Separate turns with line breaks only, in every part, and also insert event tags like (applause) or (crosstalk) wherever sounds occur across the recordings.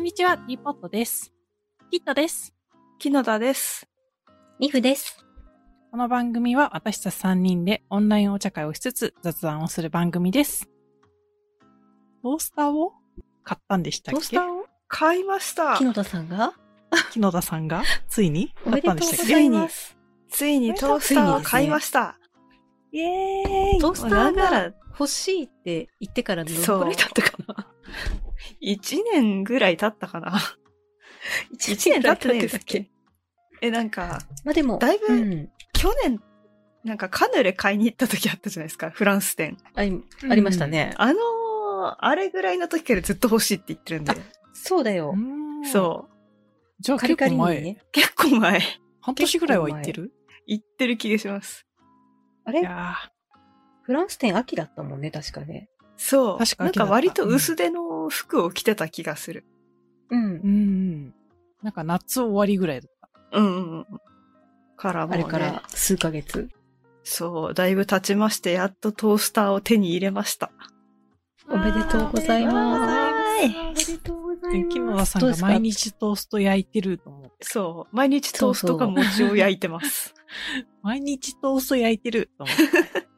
にちは、ティーポットです。キットです。
木野田です。
ミフです。
この番組は私たち3人でオンラインお茶会をしつつ雑談をする番組です。トースターを買ったんでしたっ
ト
け
ースターを買いました
木。野田さんが
木野田さんがついに
お
買
め
っ
で
た
とうんご
でしたっ
ざ
け
います。
ついにトースターを買いました。
イエーイ
トースタ
な
ー
んな
が
ら
欲しいって言ってからどの
そう
くらい経ったかな
1年ぐらい経ったかな。(laughs)
一
一年経ってないで
年く
す
らい経ってたっけ
え、なんか、
まあでも、
だいぶ
うん
去年、なんかカヌレ買いに行った時あったじゃないですか、フランス店。
あいありましたね。
あのー、あれぐらいの時からずっと欲しいって言ってるんで。
そうだよ。
うーん。
そ
じゃあ
カ
結構
リカリに
前、
ね。
う。結構前、
半年ぐらいは行ってる
言ってる気がします。
あ
い
れ
や
フランス店秋だったもんね、確かね。
そう。
確か
な
秋
ん
だ
か
った
割と薄手の服を着てた気がする。
ー
う。
うんん。なんか夏終わりぐらいだった。
うんうんうん。からも
あ
う、ね、
れから数ヶ月。
そう、だいぶ経ちまして、やっとトースターを手に入れました。
おめでとうございます。
は
おめでとうございます。
木野田さん
どう
が
ですか
毎日トースト焼いてると思う。
そう、毎日トーストか
そう
餅を焼いてます。
毎日トースト焼いてると思う。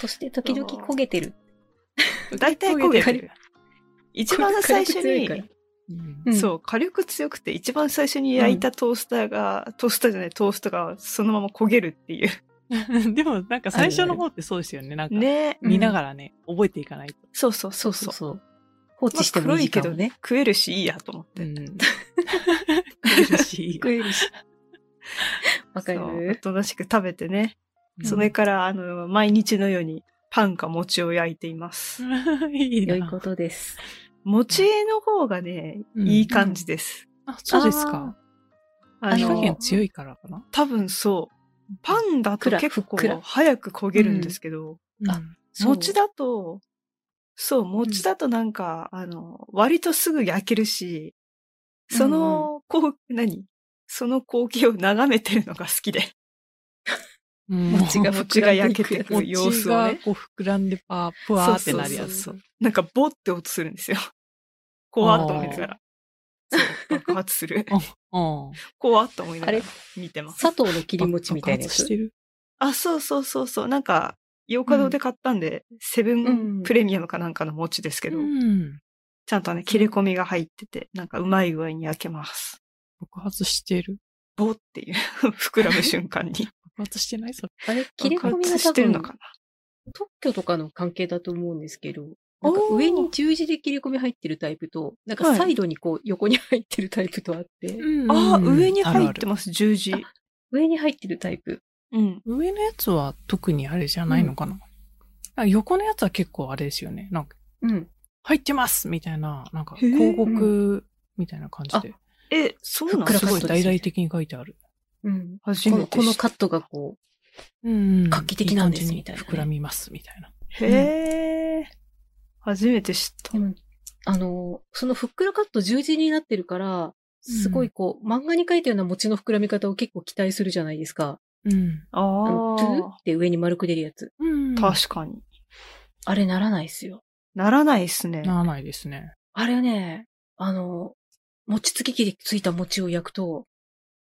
そして時々焦げてる。
だいた
(laughs)
い焦げて
焦げて
る。一番最初に
火力強い、から
うん
うん
そう、火力強くて、一番最初に焼いたトースターが、トースターじゃない、トーストがそのまま焦げるっていう。
(laughs) でもなんか最初の方ってそうですよね。なんか
ね。
見ながらね、覚えていかないと。
そうそうそう
そ
う
そ
そうう。
そう。放置してもいい時間をね。
食えるし、いいやと思って。
うん。苦しい
食えるし。わか
そうお
る
となしく食べてね。
うん
それから、あの、毎日のように、パンか餅を焼いています。
(laughs) いい
良いこ
な。
とです。
餅の方がね、
うん
いい感じです。
あ、そうですか。
ん
あ
火
あ
加
の
減強いからかな。
多分そう。パンだと
ふっくら
結
ふっくら
構早く焦げるんですけど、
あそう
餅だと、そう、餅だとなんか、あの、割とすぐ焼けるし、その、こう、何その光景を眺めてるのが好きで、
うん、
餅が
餅が焼けてくる様
餅
子を
が
ね、
こう膨らんでパー、ぷわーってなるやつ。
そうなんかボって音するんですよ。こわーっと思いながら。そう、爆発する。
うん。
こわーっと思いなが
あ
ら
れ
見て
(laughs)
ます。
砂糖の切り餅みたいなや
(laughs) 爆
つ
発し。てる。
あ、そうそうそうそう。なんか、洋華堂で買ったんで、セブ
うん
ンプレミアムかなんかの餅ですけど、
うん。
ちゃんとね、切れ込みが入ってて、なんかうまい具合に焼けます。 (laughs)
爆発してる。
ボっていう、膨らむ瞬間に。
爆発してないそれ。
あれ、 (laughs) 切れ込み
爆
が
発
多
してるの
分、
かな
特許とかの関係だと思うんですけど、なんか
おー
上に十字で切れ込み入ってるタイプと、なんか
はい
サイドにこう横に入ってるタイプとあって、
ああ、上に入っ
る
てます、十字。
あ上に入ってるタイプ。
うん。
上のやつは特にあれじゃないのかな、あ横のやつは結構あれですよね。なんか、
うん。
入ってますみたいな、なんか
へー
広告みたいな感じで、
え、そうな
ふっ
の
く
す
ら
ご
カッ
い
トです
大
よね
々的に書いてある。
うん。
初
こ
め
の
て
こ
知
の
った。
カットがこ
うん
画期的なんです
いい感じに膨らみますみたいな。
へえ。初めて知っ
う、でもあの、そのふっくらカット十字になってるから、すごいこう、漫画に描いたような餅の膨らみ方を結構期待するじゃないですか。
うん。
た。
あの、トゥー
あ
って上に丸く出るやつ。
うん。
あ、確かに。
あれならないですよ。
ならないっすね。
ならないですね。
あれね、あの、餅つき器でついた餅を焼くと、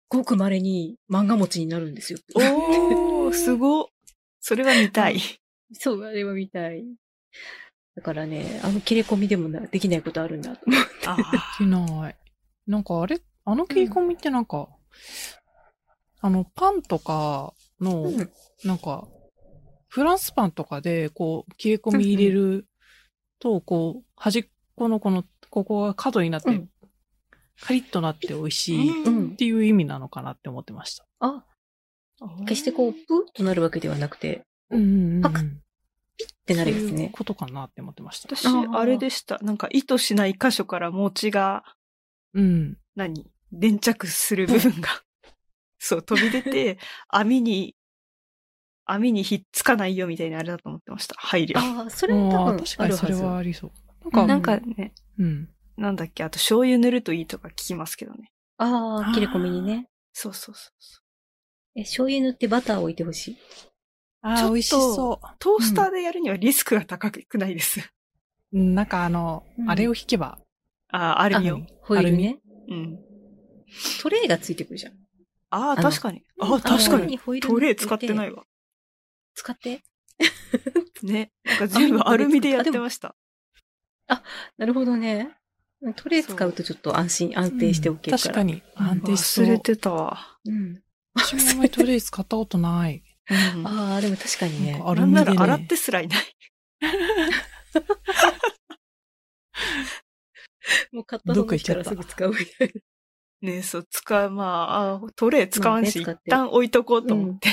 ごく稀に漫画餅になるんですよ。
おー、すごっ。それは見たい。
(laughs) そう、あれは見たい。だからね、あの切れ込みでもなできないことあるんだと思う。
あ
できない。なんかあれ、あの切り込みってなんか、あの、パンとかの、
うん
なんか、フランスパンとかで、こう、切れ込み入れると、こう、端っこのこの、ここが角になって、
うん
カリッとなって美味しいっ
ー
うん
ていう意味なのかなって思ってました。
あ、決してこう、プーッとなるわけではなくて、
うんうんうん。
パクッってなるや
そう
つ
いう
ね。
ことかなって思ってました。
私、
あー
あれでした。なんか意図しない箇所から餅が、
うん。
何粘着する部分が、そう、飛び出て、網に、網にひっつかないよみたいなあれだと思ってました。配慮。
ああ、それは多
ああ、
分
確
あ
かに
る
そ
は
れ
ず。
はありそう。なん
う
か、
なんかね、
うん。
なんだっけ、あと醤油塗るといいとか聞きますけどね。
ああ、切れ込みにね。
そうそうそうそう。
え、醤油塗ってバターを置いてほしい。
ああ、
ちょっと
美味しそ
トースターでやるにはリスクが高くないです。
う。うんなんかあの
う、ん
あれを引けば、
(laughs) あ、アルミ
あ
を
の。ホイールね。
うん。
トレイがついてくるじゃん。
ああ、
の
確かに。ああ、確かに。
に
トレイ使ってない
い。
わ。
使って。
ね。なんか全部アルミでやってました。
なるほどね。トレイ使うとちょっと安心、安定しておけるか
確
ら。
かに。安定しそ
忘
う。
れてたわ。
うん。
私もあんまりトレイ使ったことない。
うん
(laughs) ああ、でも確かに
なん
ね
か。ア
な
ル
ん
ミ
な
で、ね。
ら洗ってすらいない。
もう買ったのからすぐ使うみたいな。
ねそう、使う、まあ、あトレイ使わんし、一
まあね使って
旦置いとこうと思って。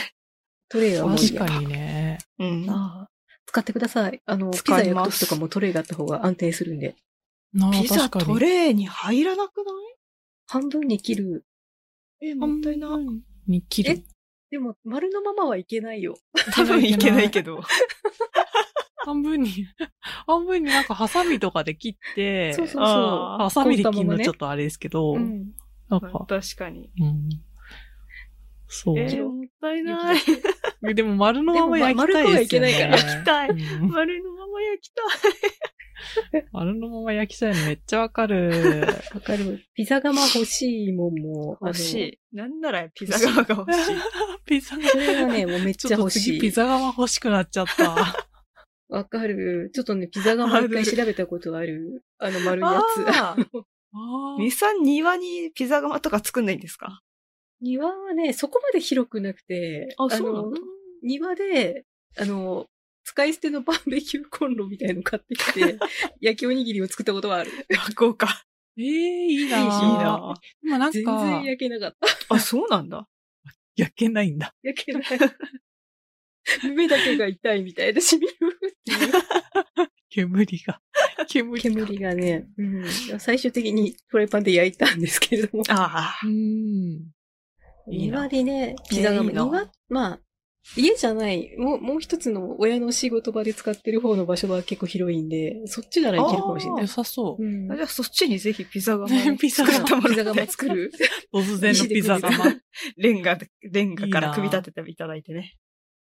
トレイはもういい
確
や
かにね。
うん。
ああ。使ってください。あの、ピ
使
ザ
い
焼
ま
く
す
時とかもトレイがあった方が安定するんで。
なあ
ピザ
確か
ト
に
レイに入らなく
半分に切る。
ないえ、もったいない。
に切る。
でも、丸のままはいけないよ。
多分いけないけど。
(laughs) 半分に、半分になんかハサミとかで切って、
そうそうそ
あ
ハサミで切る
こういったもの
の
ね
ちょっとあれですけど、
う。うん。
なん
ま
か、
あ確かに。
うん。そう。
えー、もったいない。
焼き
でも丸のまま焼きたいですよね。
でもま丸くはいけな
焼
いから
きたい
うん
丸のまま焼きたい。
丸のまま焼きたいのめっちゃわかる。
わかる。ピザ窯欲しいもんも。あの
欲し。い。なんならピザ窯が (laughs) 欲しい。
ピザが、
それがね、もうめっ
ち
ちゃ
ょっと
欲し
次ピ
い。
ザ窯欲しくなっちゃった。
わかる。ちょっとね、ピザ窯一回調べたことある。あの丸いやつ。
あ (laughs) ー
あー
ミさん庭にピザ窯とか作んないんですか
(laughs) 庭はね、そこまで広くなくて、
あそうなんだ
の庭で、あの、使い捨てのバーベキューコンロみたいの買ってき (laughs) て、焼きおにぎりを作ったことはある。
豪華。 (laughs) い
えー、いいないぁ
い
いな
でもなん
全
か
然、焼けなか (laughs) った。
あ、そうなんだ。
焼けないんだ。
焼けない。目だけが痛いみたいだし、見るっていう
煙が。煙が。
煙がね、うん、最終的にフライパンで焼いたんですけれども。
ああ。
うん。いいな
庭でね、ピザ窯、
いいな
庭、まあ、家じゃない、もう、もう一つの親の仕事場で使ってる方の場所は結構広いんで、そっちならいけるかもしれない
良。さそ
うん
あじゃあそっちにぜひ (laughs) ピザ窯ね
ピザ
作
窯
っても
ピ
ら
ザ
って
窯、作る
う。突然のピザ窯。
レンガ、レンガから組み立てていただいてね。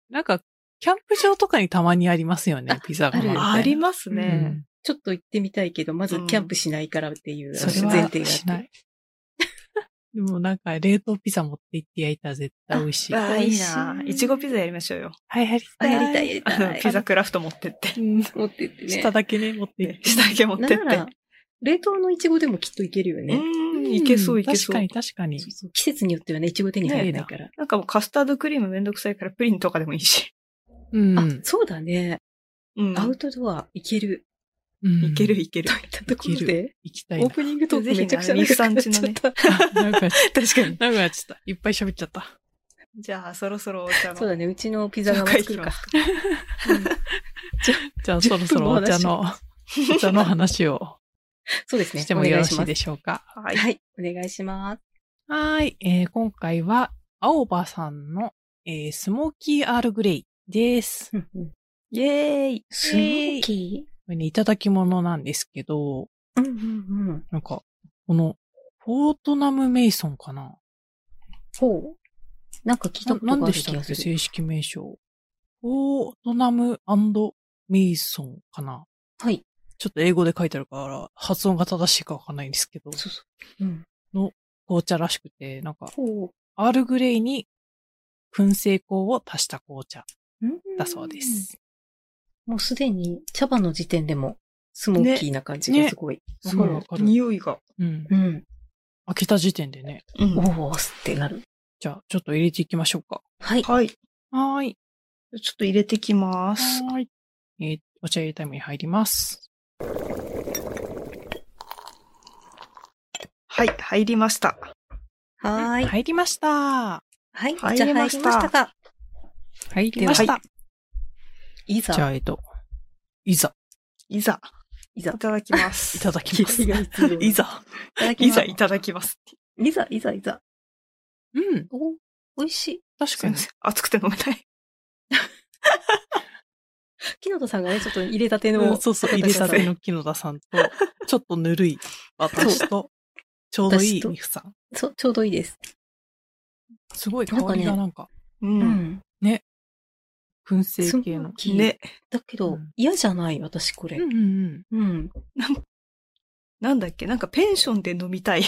なんか、キャンプ場とかにたまにありますよね、ピザ窯みたいな。
ああります
う
ね。
ん
ちょっと行ってみたいけど、まずキャンプしないからっていう
それは
前提が
し
あ
な
って。
い。でもなんか、冷凍ピザ持って行って焼いたら絶対美味しい。
あ
は
あ、いいな。
美味し
い
い
ちごピザやりましょうよ。
い、やり
あ
たい。
やりたい、やり
あの
たい。
ピザクラフト持ってっ
う
て。
ん。
持ってってね。
下だけね、持って行っ
ね
て。
下だけ持ってって
なん。なら、冷凍のイチゴでもきっといけるよ
う
ね。
ー
うん
ん、いけそういけそ
確。
う
かに確かに
そう。そう季節によってはね、イチゴ手に入らないから。
なんかもうカスタードクリームめんどくさいからプリンとかでもいいし。
うん。
あ、そうだね。
うん
アウトドア行ける。
うん
いけるいけ
(laughs)
る
と。いったところ
い
で、
行きたい
オ
な
ー。プニングトークめちゃくちゃ長くなっちゃった。
あなんか、
確かに。
なんかちょっと、いっぱい喋っちゃった。
じゃあ、そろそろお茶
そう
の
だね、うちのピザ窯作るか。うん
じゃあそろそろお茶の、お茶の話を
そう (laughs) ですね。
してもよろし
お願
い
ま
でしょうか。
(laughs) はい
す。はい、お願いします。
はーい、えー今回は、青葉さんの、えースモーキー・アール・グレイです。
イエーイ。
スモーキー
これね、いただき物なんですけど、
うんうんうん。
なんか、この、フォートナム・メイソンかな
ほう。なんか聞いたことが
な
あ
んで
る
した
気
っけ
がする。
正式名称。フォートナムメイソンかな
はい。
ちょっと英語で書いてあるから、発音が正しいかわかんないんですけど、
そうそう。うん。
紅茶らしくて、なんか、
ほ
アールグレイに燻製香を足した紅茶
う。
だそうで。す。
もうすでに茶葉の時点でもスモーキーな感じがすごい。
ね
すごい
わかる
匂いが。
うん。
うん。
開けた時点でね。
う
お
ん
おーすってなる。
じゃあ、ちょっと入れていきましょうか。
はい。
はい。ち
はーい。
ょっと入れてきます。
はーい。えーお茶入れタイムに入ります。
はい、入りました。
はーい。
入りました。
はい。
入
じゃあ
り
入り
ま
ま
した
したか。
入りまし
で
た。
はい
ざ。
じゃあ、えっと、いざ、
いざ、
いざ
い。ただきます。
いただきます。い
いざ。
ざ。
いただき
い
ます
ざ、いただきます。
いざ、いざ、いざ。
うん。
お、美味しい。
確
す
か
い
に
ま。せん。熱くて飲めない。
木野田さんが
(laughs)
ね、ちょっと入れたて
う
の。
んそうそう、入れたての木野田さんと、ちょっとぬるい私と、ちょうどい
私
い
と
ミフさん。
そう、ちょうどいいです。
すごい香りがなんか、
う。
うんん。
燻製系の。
キー
ね。
だけど、
うん
嫌じゃない、私これ。
うんうん
うん。
なんだっけ、なんかペンションで飲みたい。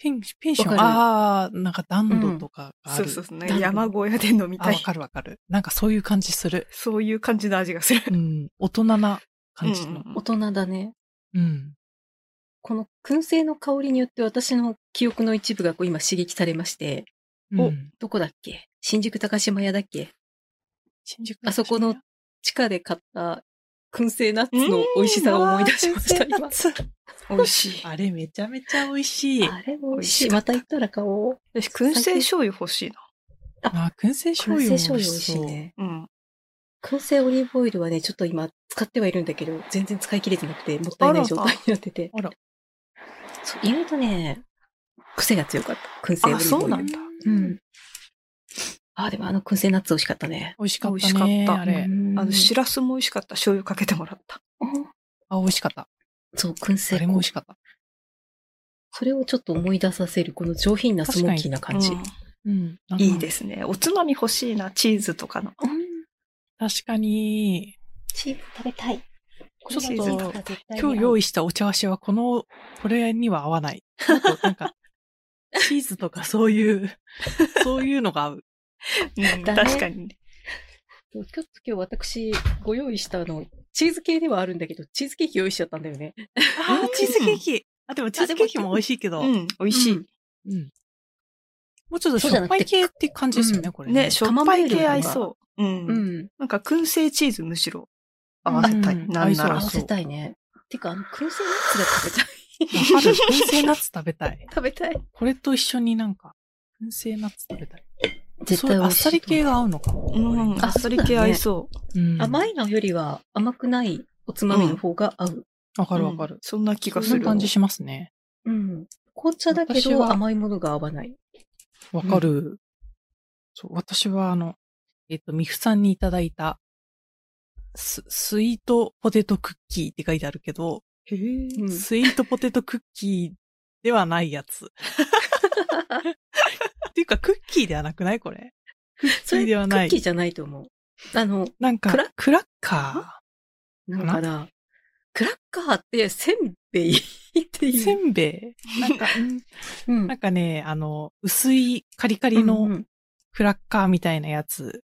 ペン、ペンショ
わ
ン。
かる
ああ、なんか暖炉とかがあ
そ
る。
うそうそう、
だ
山小屋で飲み
あ、
た
わ
い。
かるわかる。なんかそういう感じする。
そういう感じの味がする。
うん。大人な感じの。
うん
大人だね。
うん。
この燻製の香りによって私の記憶の一部がこう今刺激されまして、
うん
お
どこだっけ新宿高島屋だっけ
新宿
あそこの地下で買った燻製ナッツの美味しさを思い出しました、
うんうわ
今
ー。先生
美味しい。
あれめちゃめちゃ美味しい。
あれ美
味
味
し
し
い
い。また行ったら買おう。
私、燻製醤油欲しい
あ、燻製醤油も
燻製
美味
美味
し
し
そ。
いうね。
な。うん。
燻製オリーブオイルはね、ちょっと今使ってはいるんだけど、全然使い切れてなくて、もったいない状態になってて。
あら。
そう意外とね、癖が強かった。燻製オリーブオイル。
あそうなんだ
うん。あ、でもあの燻製ナッツ美味しかったね。
美味しかったね。
美味しかった
あれ。
あの、しらすも美味しかった。醤油かけてもらった。
あ、美味しかった。
そう、燻製。
あれも美味しかった。
それをちょっと思い出させる、この上品なスモーキーな感じ。
うん。。
うんいいですすね。おつまみ欲しいな。チーズとかの。
うん
確かに、
チーズ食べたい。
ちょっと
チーズとか絶対に合う
今日用意したお茶菓子はこの、これには合わない。もっとなんか、チーズとかそういう、そういうのが合う。
うん、
だね
確かにね。
ちょっと今日私ご用意したあの、チーズ系ではあるんだけど、チーズケーキ用意しちゃったんだよね。
あー、チーズケーキ。あ、でもチーズケーキも美味しいけど。
う
うん
ん、美味しい。
うん
もうちょっとしょっぱい系って感じですよね、これ。
ね、しょっぱい系合い
カマンベール
そう。うん。
うん。
なんか、燻製チーズむしろ合わせたい。
うん合
なんなら
い
合
そ
わ
う
せたいね。てか、あの、燻製ナッツが食べたい。 (laughs)
わかる燻製ナッツ食べたい。
食べたい。
これと一緒になんか、燻製ナッツ食べたい。
絶
そうい
対
う
美
あっ
味しい
さり系が合うのかも。
うん、あっさり系合いそう。
うん
甘いのよりは甘くないおつまみの方が合う。
わかる
うん
わかる。
そんな気が
そ
す
ん
る
な。感じしますね。
うん。紅茶だけ
私は
ど甘いものが合
(laughs)
わない。
わかる、そう。私はあの、えっと、ミフさんにいただいた、ス、スイートポテトクッキーって書いてあるけど、
へー
うん
スイートポテトクッキーではないやつ。っていうか、クッキーではなくないこれ。
それ
ではない
クッキーじゃないと思う。あの、
なんか、
ク
ク
ラ
ラッカ
なんかな、クラッカーってせんべいって
ー、
いう。
せんべい、なんか、
うん
なんかね、あの、薄いカリカリの
うん
クラッカーみたいなやつ、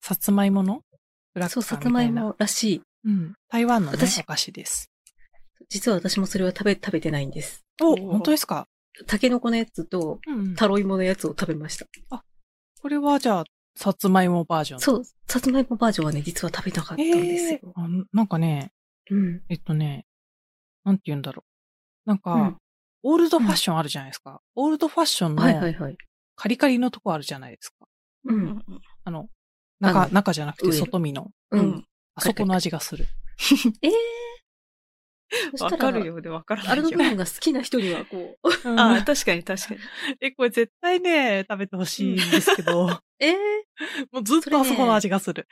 さつまいものク
う
ラ
ん、
ッカ
そう、さ
ー
つ
み
ま
た
い
いな。
もらしい。
うん。台湾のね、
私
お菓子です。
実は私もそれは食べ、食べてないんです。
お、
お
本当ですか
タケノコのやつと、
うん
タロイモのやつを食べました。
これはじゃあ、さつまいもバージョン。う
そう、さつまいもバージョンはね、実は食べなかったんですよ。
あなんかね、
うん。
えっとね、なんて言うんだろう。なんか、
うん
オールドファッションあるじゃないですか。オールドファッション
はいはい
の
はい。
カリカリのとこあるじゃないですか。
う。
うんん
あの、
あの
中、中じゃなくて
上
外見の。
う。
うんん。
あそこの味がする。
ええー。そ
わ
した
からるようでわから
あ
な
れ
い
の
よ
部。分が好きな人には、こう。
うん
ああ、確かに確かに。
え、これ絶対ね、食べてほしいんですけど、
(laughs) (laughs) ええ
もうずっとあそこの味がする。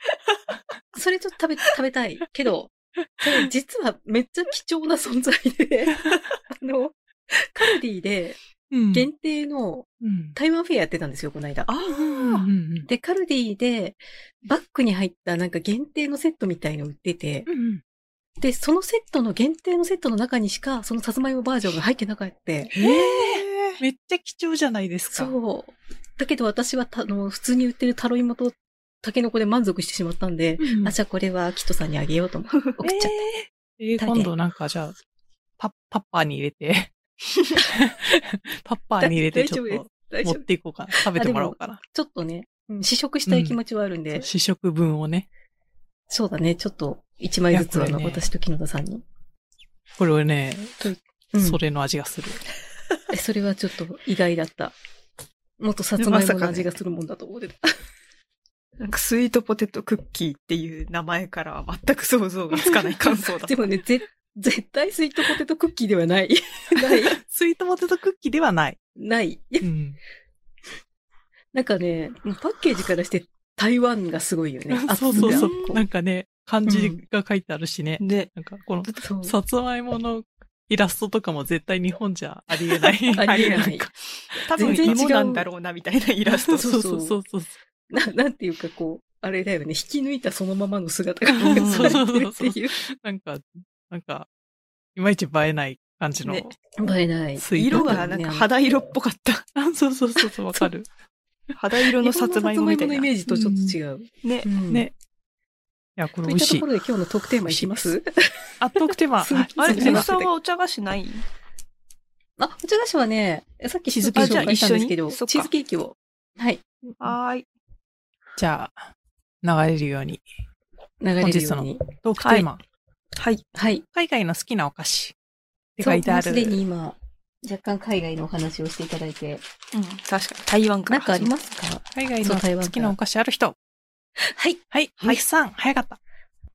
ー。それちょっと食べ、 (laughs) 食べたい。けど、それ実はめっちゃ貴重な存在 (laughs) で、あの、カルディで
うん
限定の
うん。
台湾フェアやってたんですよ、この間。
あ
うん
あ、
うん
で、カルディでバッグに入ったなんか限定のセットみたいの売ってて、
うんうん。
で、そのセットの限定のセットの中にしか、そのさつまいもバージョンが入ってなかった。
ええめっちゃ貴重じゃないですか。
そう。だけど私はた、あの、普通に売ってるタロイモとタケノコで満足してしまったんで、
うん
あ、じゃあこれはキットさんにあげようと思って (laughs) 送っちゃっ
えーえー
食べて
今度なんかじゃあ、パパッパーに入れ (laughs) て、パッパーに入れてちょっ
大丈夫
と
た。大
持
丈
っ
夫。
ていこうかな。食べてもらおうかな。
ちょっとね、うん試食したい気持ちはあるんで、
そう試食分をね。
そうだね、ちょっと一枚ずつはあの、
いやこれね
私と木野田さんに。
これをね、
うん、
それの味がする。
えそれはちょっと意外だった。もっとさつまいもの味がするもんだと思ってた。
なんかスイートポテトクッキーっていう名前からは全く想像がつかない感想だ。
(laughs) でもね、ぜ、絶対スイートポテトクッキーでは (laughs) ない。ない。
スイートポテトクッキーではない。
ない。
うん。。
なんかね、パッケージからして台湾がすごいよね
(laughs) そうそうそう
熱い。
なんかね、漢字が書いてあるしね。
ね。
なんかこの、
そう
さつまいものイラストとかも絶対日本じ (laughs) ゃありえない。
ありえない
んか
多分
全然
芋
違う
なんだろうな、みたいなイラス
そ
ト
(laughs)
う。そうそうそうそう。
な、なんていうかこう、あれだよね、引き抜いたそのままの姿が
うん
されてるっていう。
なんか、なんか、いまいち映えない感じの。
ね
映えない。
スイート
色がなんか肌色っぽかった。
(laughs) あそうそうそうそう、わかる。
肌色のさつまいもみたい
日本のさつまいもの
な。
イメージとちょっと違う。
ね
う。ん
ね。いや、これ
と
美
いっ
味
た
し
と
い
こ。ろで今日の特テーマいきます
あ、トークテー
(laughs)
マ。
すごい
はい
あ
ト
れ、
ークテー
ゆ
マ
うさんはお茶菓子ない
あ、お茶菓子はね、さっき
チ
チ
ーズ
ーズ
ケ
ケ
ー
ー
キ
キ
を
紹
紹介しんでけどチ
介したたんですすけど、チ
ー
ー
ズ
ズ
ケ
ケーキを。はい。
はーい。
じゃあ、流れるように。
流れるよう
本
に。
トークテーマ。
はい。
はい。
海外の好きなお菓子って
そ
書
う
いてあ
もうすで
る。
に今、若干海外のお話をしていただいて、
うん、確かに。台湾か
な
ら
んかあ
始
り
ま
ま
る。
すか
海外
そう台
の
湾
好きなお菓子ある人。
はい。
はい、
はい
ミキさん、早かった。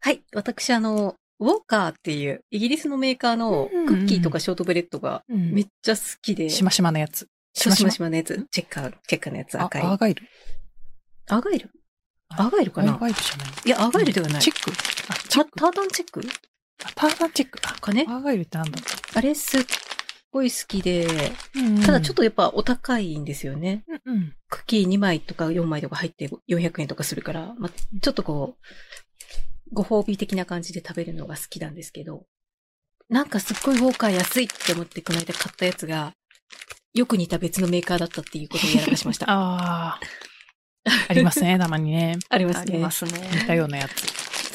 はい。私、あの、ウォーカーっていう、イギリスのメーカーの
うんうんうん
クッキーとかショートブレッドがめっちゃ好きで、
しましまのやつ。
そうしましまのやつ、チェッカー、チェッカーのやつ、
あ、ア
赤い。
ーガイル。
アーガイルアーガイルか
ア
な
ーガイルじゃない。
いや、アーガイルではない。
チェックあ、チェ
タ
ック
タータンチェック
あターザンチェック。あ、
かね
アーガイルってなんだ
あれすっごい好きで、ただちょっ
と、
とやっぱお高いんですよね。
うんうん。
クッキー2枚とか4枚とか入って400円とかするから、まあ、ちょっとこう、ご褒美的な感じで食べるのが好きなんですけど、なんかすっごいウォーカー安いって思ってこの間買ったやつが、よく似た別のメーカーだったっていうことをやらかし
(laughs)
ました。あ
ああ。ありますね、たまにね。
ります
あ
ね。
りますね。
似たようなやつ。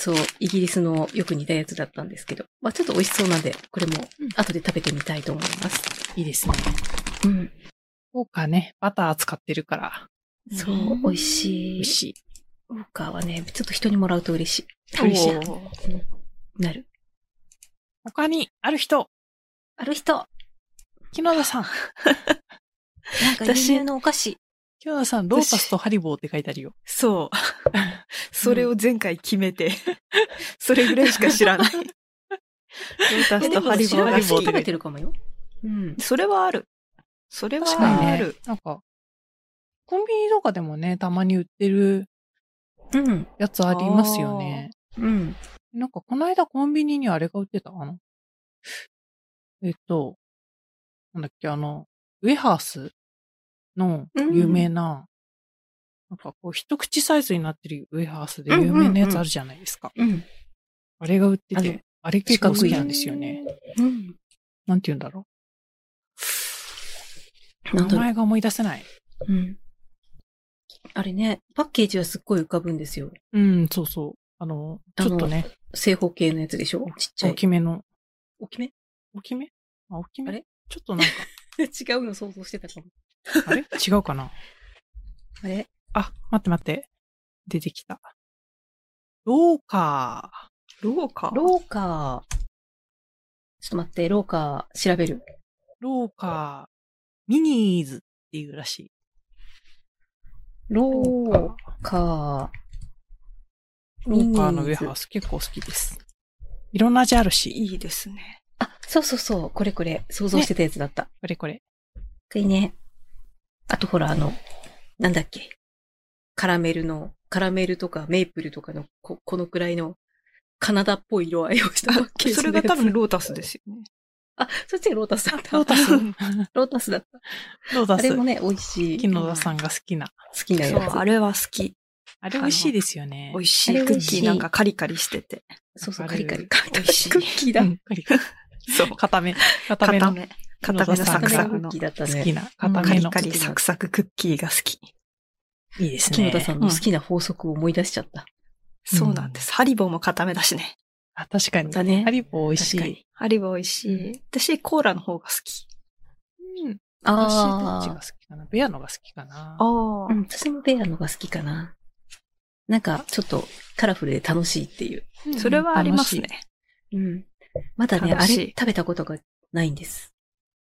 そう、イギリスのよく似たやつだったんですけど、まあちょっと美味しそうなんで、これも
うん
後で食べてみたいと思います。
いいですね。
うん。
そうかね、バター使ってるから、
そうう、
ん
美味し
美
い
味。しい。
ウォーカーはね、ちょっと人にもらうと嬉しい。
嬉し
嬉し
い
い。。なる。
他に、ある人、
ある人、
木野田さん。
なんか
私
有名のお菓子。
木野田さん、ロータスとハリボーって書いてあるよ。
そう。 (laughs) それを前回決めて、 (laughs) それぐらいしか知らない。ロータ
え
ス
で
と
も
ハリボ
知ら
ー
な
が
い人
好
食べ
き。
てるかもよ。うん。
それはある。それは
確かに
あ
ね
る。。
なんか、コンビニとかでもね、たまに売ってる
うん。
やつありますよね。
うん。
なんか、この間コンビニにあれが売ってたかな。えっと、なんだっけ、あの、ウェハースの有名な、なんかこう、一口サイズになってるウェハースで有名なやつあるじゃないですか。
うん。
あれが売って
あの
て、あれ結構好きなんですよね。
うん。
なんて言うんだろう。
なん
名
だろ
前が思い出せない。
う。うん。あれね、パッケージはすっごい浮かぶんですよ。
うん、そうそう。あの、ちょっとね、
正方形のやつでしょちっちゃ
大
い。
きめの、
大きめ
大きめあ、大きめ
あれ
ちょっとなんか、
(laughs) 違うの想像してたかも。
あれ違うかな
あれ
あ、待って待って。出てきた。ローカ
ローか。
ローカー。ちょっと待って、ローカー調べる。
ー、ローカー、ミニーズっていうらしい。
ローカー。
ローカーのウェ
上
ハース結構好きです。いろんな味あるし、
いいですね。
あ、そうそうそう、これこれ、想像してたやつだった。
これこれ。
これね。あとほら、あの、なんだっけ。カラメルの、カラメルとかメープルとかの、ここのくらいの、カナダっぽい色合いをしたパッケージ
そ
の
れ
やつ
が多分、ロータスですよね。
あ、そっちがロータスだった。
ロータス。
ロータスだった。
ロータ
あれ
ス
も。ね、美味しい。
木野田さ
うん
が好きな。
ん。好きな
そう、
やつ。
あれは好き。
あれ美味しいですよね
美。味し
あ
い。
れ
ク
美
ッ
味しい
キーなんかカリカリしてて。
そうそう、
わ
カ
かる
リカリ。カリカ
美味しい
リ。クッキーだ
う。んカリカリ
そう。
固め。固め
固
の。
め。固めのサ
カ
ク
リカ
サ
リク
ク
ッ
の。
キーだった
好
ね。
きな。固
カ
め
リ
の。
カリサクサククッキーが好き。
いいです
木野
ね
田。さんの好きな法則を思い出しちゃった。
そうなんです。ハリボーも固めだしね。
あ確かに。
だね
ハ。リボー美味し
確か
い。
に。
ハリボー美味しい。私、コーラの方が好き。
うん。私ど
あ
っち
あ
が好。きかなベアのが好きかな
あ
うん、私もベアのが好きかな。なんか、ちょっとカラフルで楽しいっていう。
うん
それはありますね。。
うん。まだね、あ
楽
れ
しい
食べたことがないんです。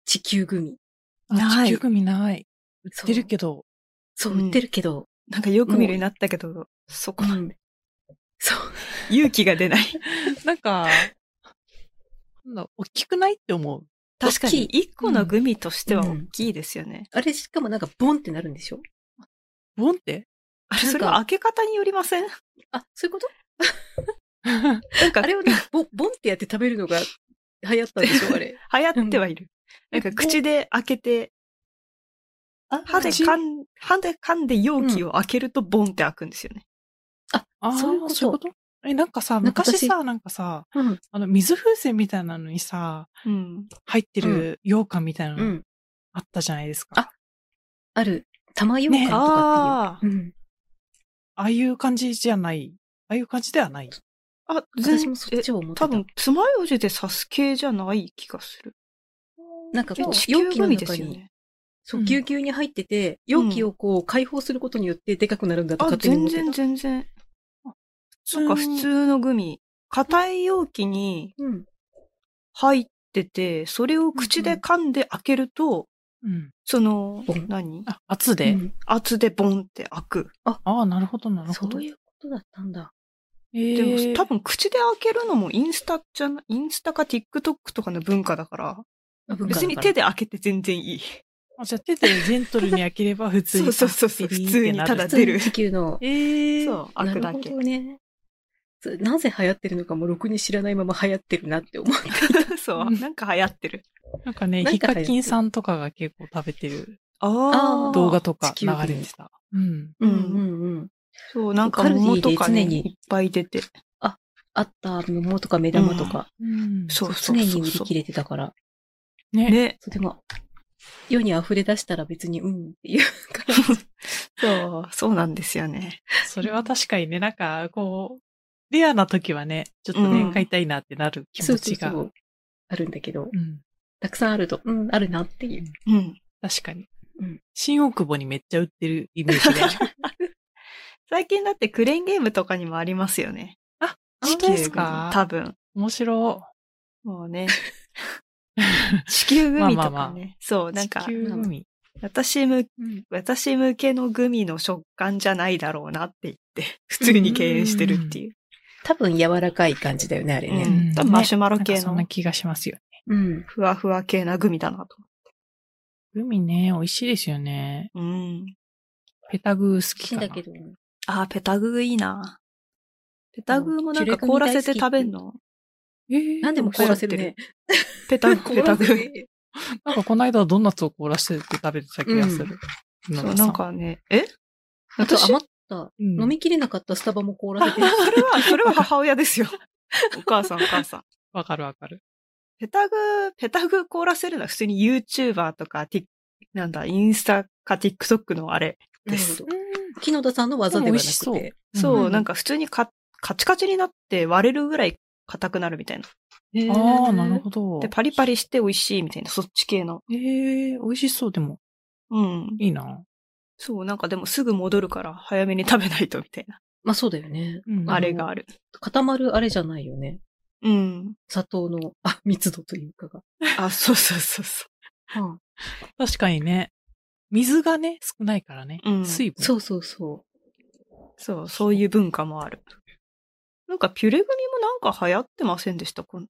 地球グミ。
楽しい
な
あ
い
地球グミない。売
そ
っ
う
てるけど、
そう、
うん
売ってるけど、
なんかよく見るようになったけど、そこ
う
は
ん。そう。
勇気が出ない。
なんか、なんだ大きくないって思う。
確かに、
大きい
一個のグミとしては大きいですよね。
あれ、しかもなんかボンってなるんでしょ
ボン (laughs) って
あれ、
なんか
それは開け方によりません (laughs)
あ、そういうこと
う
なんか
あ、れをね、ボン、ボンってやって食べるのが流行ったんでしょあれ。
流行ってはいる。なんか、口で開けて、
あ
歯で噛ん、歯で噛んで容器を開けるとボンって開くんですよね。
あ、そういうこと
そういうことえ、なんかさ、
なんか
昔
私
さ、なんかさ、
うん。
あの、水風船みたいなのにさ、
うん。
入ってる羊羹みたいな
う
の
ん。
あったじゃないですか。
あある、玉ようかん
ね
とか
あ
っていう。うん。
ああいう感じじゃない。ああいう感じではない。
あ。あ、全
私
然
も、そっちを思ってた。
多分、爪楊枝で刺す系じゃない気がする。
なんかこう、
地
容
球
器の
グミで
中
すよ
に、
ね。
そうう、
ん
ぎゅうぎゅうに入ってて、容器をこう、解放することによってでかくなるんだと
あ、
勝手に
全
思ってた。
然全然。
そ
なんか普通のグミ。硬い容器に
うん。
入ってて、それを口で噛んで開けると、
うん。
その
ボン、
何
あ、圧で。
うん
圧でボンって開く。
ああ、なるほど、なるほ
そ
ど。
ういうことだったんだ。
え
でも、
ー
多分口で開けるのもインスタじゃな、インスタか TikTok とかの文化だから、別に手
で。
で開けて全然いい。
あじゃあ手でジェントルに開ければ普通に。
そうそうそうそう
ピリーってなる
普通にただ
普通
出
に
る
地球の。
えー、
そう、開
な
く
る
だ
ほ
け。
どね。そうなぜ流行ってるのかもろくに知らないまま流行ってるなって思
(laughs)
う。
そう、
うん
なんか流行ってる。
なんかね、
なんか
ヒカキンさんとかが結構食べてる
あ
ー
動画とか
地
流
球儀
れてた。うん。
うん
んうん。
そう、なんか
カルディ
桃
で
とかね、
常に
いっぱい出て。
あった桃とか目玉とか、
うん
そう
常
そうそう
に
そう
売り切れてたから。
ね
ね。
そうでも、世に溢れ出したら別にうんっていうか (laughs)
そう、そうなんですよね。
それは確かにね、なんか、こう、レアな時はね、ちょっとね、
うん
買いたいなってなる気
ら、そ
持
うそ
ち
うそ
が。う
う。あるんだけど、
ん。
たくさんあると、うん、あるなっていう。
うん。
確かに
うん。
新大久保にめっちゃ売ってるイメージで。
最近だってクレーンゲームとかにもありますよね。
本当ですか
多分。
面白
もうね。地球グミとかね。
まあまあま
そう、
い。
なん
地
か、
球グミ。
私向
うん。
私向けのグミの食感じゃないだろうなって言って、普通に敬遠してるっていう。
多分柔らかい感じだよね、あれ
う
ね。
ん多分マシュマロ
な
系の
んかそんな気がしますよね。
うん。
ふわふわ系なグミだなと。
グミね、美味しいですよね。
うん。
ペタグー好
好
き
き
かな。
だけど、
あー、ペタグいいな。ペタグもなんか凍らせて食べんの
えー
何でも凍らせるね。
ペタグ、ペタグ。
なんかこの間ドーナツを凍らせて食べてた気がする。野
そ
田
う、
さ
なん。かね、え
あと
私
余った、
うん
飲みきれなかったスタバも凍ら
あ
せ
そ
て
れは、それは母親ですよ。 (laughs) お母さん、お母さん。
わかるわかる。
ペタグ、ペタグ凍らせるのは普通に YouTuber とか、ティなんだ、インスタか TikTok のあれです。
なるほど木野田さんの技ではなく
でも美味
て。
そう、
うん
なんか普通にかカチカチになって割れるぐらい硬くなるみたいな。
ああ、なるほど。
で、パリパリして美味しいみたいな、そっち系の。
ええー、美味しそうでも。
うん。
いいな。
そう、なんかでもすぐ戻るから早めに食べないとみたいな。
まあそうだよね。
うん
あれがある。
固まるあれじゃないよね。
うん。
砂糖の、あ、密度というかが。
あ、そうそうそうそ
確かにね。水がね、少ないからね。
うん。
水分。
そうそうそう
そう、そういう文化もある。なんかピュレ組もなんか流行ってませんでした。こん
う。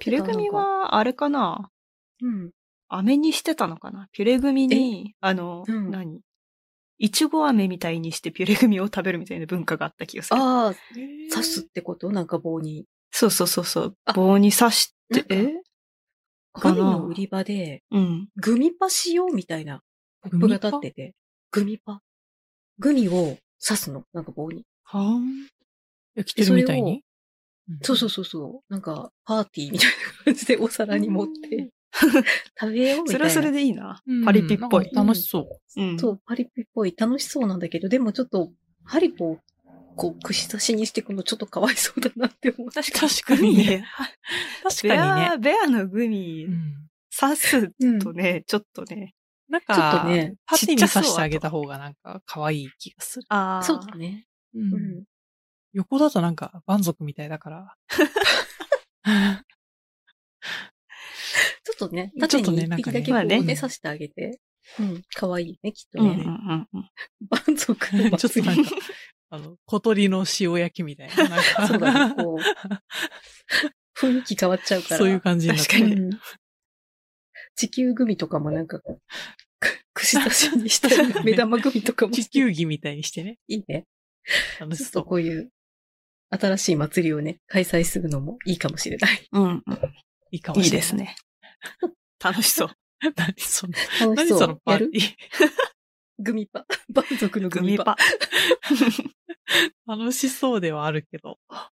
ピュレ組
なんか、
は、あれかな
うん。
飴にしてたのかなピュレ組に、あの、
うん
何いちご飴みたいにしてピュレ組を食べるみたいな文化があった気がする。
ああ、刺
刺
すっ。てことなんか棒に。
そうそうそうそう
あ。
棒に刺して、
なん
え
かグミの売り場で、
うん。
グミパしようみたいなポッ
グ
プ
ミ
が
パ
立ってて。グミパ。グミを刺すのなんか棒に。
はん。
焼きてるみたいに。
そうそう
そ
そうそう。なんか、パーティーみたいな感じでお皿に持って、食べようみたいな。
それはそれでいいな。
ん
パリピっぽい。
なんか楽しそう。
うん。
そう、パリピっぽい。楽しそうなんだけど、でもちょっと、ハリボーをこう、串刺しにしていくのちょっとかわいそうだなって思う。確
確かにね。確
ベ
かに
ア、
ね。
ベアのグミ
うん
刺す
うん。
とね、ちょっとね。
なん
ちょっ
か
と、ね
縦に刺してあげた方がなんか可愛い気がする。
ああ。
そうだね。
う
うんん。
横だとなんか満足みたいだ
(laughs)
から。
ちょっとね、
ちょ
縦
っとね
に一匹だけ
な
こ
ん
う
かね
ね、
まあね
刺してあげて。うん。かわいいね、きっと
うんうん
ね。
うんうん。
(laughs) 満足の祭
(laughs)
り
ちょっとなんか、あの、小鳥の塩焼きみたいな。なんか
そうだね、こう。雰囲気変わっちゃうから。
そういう感じになって
確かに
る。
うん地球グミとかもなんかこう、く串刺しにしたり、目玉グミとかも。
地球儀みたいにしてね。
いいね。
楽
ち
し
ょっ
そ
と
う。
こういう新しい祭りをね、開催するのもいいかもしれない。
うんうん。
いいかも
いい
しれない。
です。ね。楽しそう。
何その、
楽し
何
そ
その
う。
パ
や
ーテ
る
ィー。
グミパ。蛮族 (laughs) のグ
グ
ミ
ミ
パ
パ。。
楽しそうではあるけど。
ハ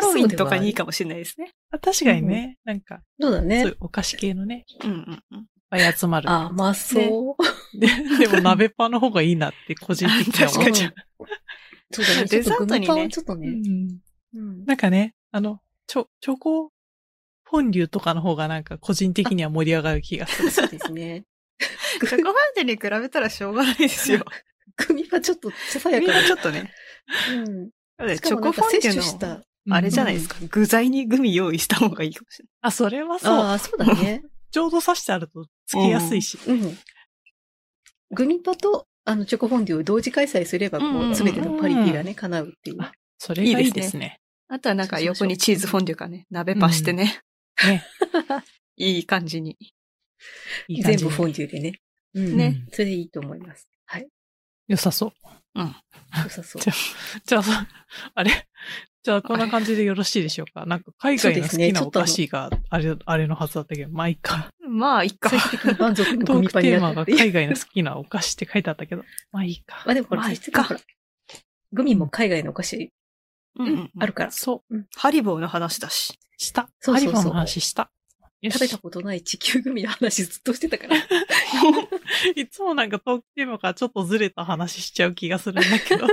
ロウィンとかにいいか
か。
もしれないですね。
あ確かにね、なんか、
そうだ
そうい
ね
う。お菓子系のね、いっ
うんうんうん。
ぱい集まる。
あ、まあそう。
で (laughs) でも、鍋パンの方がいいなって、個人的に
(laughs)
は思
確
う
かに。
そうだね。
デザートにね
ちょっとグミパはちょっと
う
ね。
ん。
うん
なんかね、あの、チョ、チョコ、フォンデュとかの方がなんか個人的には盛り上がる気がする。
そうですね。
チョコファンデに比べたらしょうがないです (laughs) よ。
グミパちょっとささや
みん
か
な
な。
ちょっと (laughs) ね。
うん。
チ
しか
ョ
もな
コ
ん
フ
か
ァン
摂
デ
取した。
の、あれじゃないですか。具材にグミ用意した方がいいかもしれない。
あ、それはそう。
ああ、そうだ
(laughs)
ね。
ちょうど刺してあるとつけやすいし。
うん。グミパと、あの、チョコフォンデュを同時開催すれば、こ
うんうんう
う、
ん
すべてのパリピがね、叶うっていう。
あそれがいいで
いいです
ね。
あとはなんか横にチーズフォンデュかね、鍋パしてね、
ね。
いい感じに。
いい感
全
じ
部
に。
フォンデュでね。うん
ね。
それでいいと思います。はい。
良さそう。
良さそう。
じゃじゃあ、そあれじゃあ、こんな感じでよろしいでしょうかなんか、海外の好きなお菓子があれ、あれのはずだったけど、まあ、いい
(laughs)
か。
まあ、いっか
最。終的に満足の
ト
グ
ー
ミ
ク
パに
テーマ
なったっ
が
ていう。
海外の好きなお菓子って書いてあったけど、まあ、いいか。
まあでもこれ、
まあ
実質だからグミも海外のお菓子
うんうん
あるから、
そう。
ハリボーの話だし。
した。
そうそうそう
ハリボンの話した。よし
食べたことない地球グミの話ずっとしてたから。
いつもなんかトークテーマからちょっとずれた話しちゃう気がするんだ
(laughs)
けど、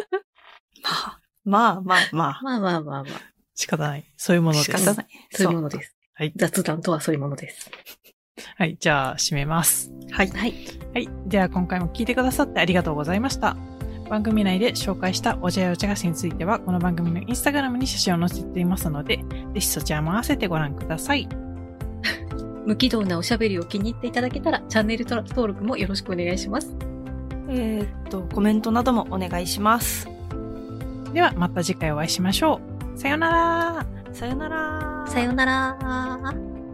(laughs) まあ、まあまあま
まあまあまあまあ、
仕方ない。そういうも
あ。
ので
仕
す。
方ない。
そういうものです。
はい
雑談とはそういうものです。
はい、じゃあ、締めます。
はい。
はい。
はい。では今回も聞いてくださってありがとうございました。番組内で紹介したおじゃやお茶菓子については、この番組のインスタグラムに写真を載せていますので、ぜひそちらも合わせてご覧ください。
無軌道なおしゃべりを気に入っていただけたら、チャンネル登録もよろしくお願いします。
えーっと、コメントなどもお願いします。
ではまた次回お会いしましょう。さようなら
さよなら。
さよなら。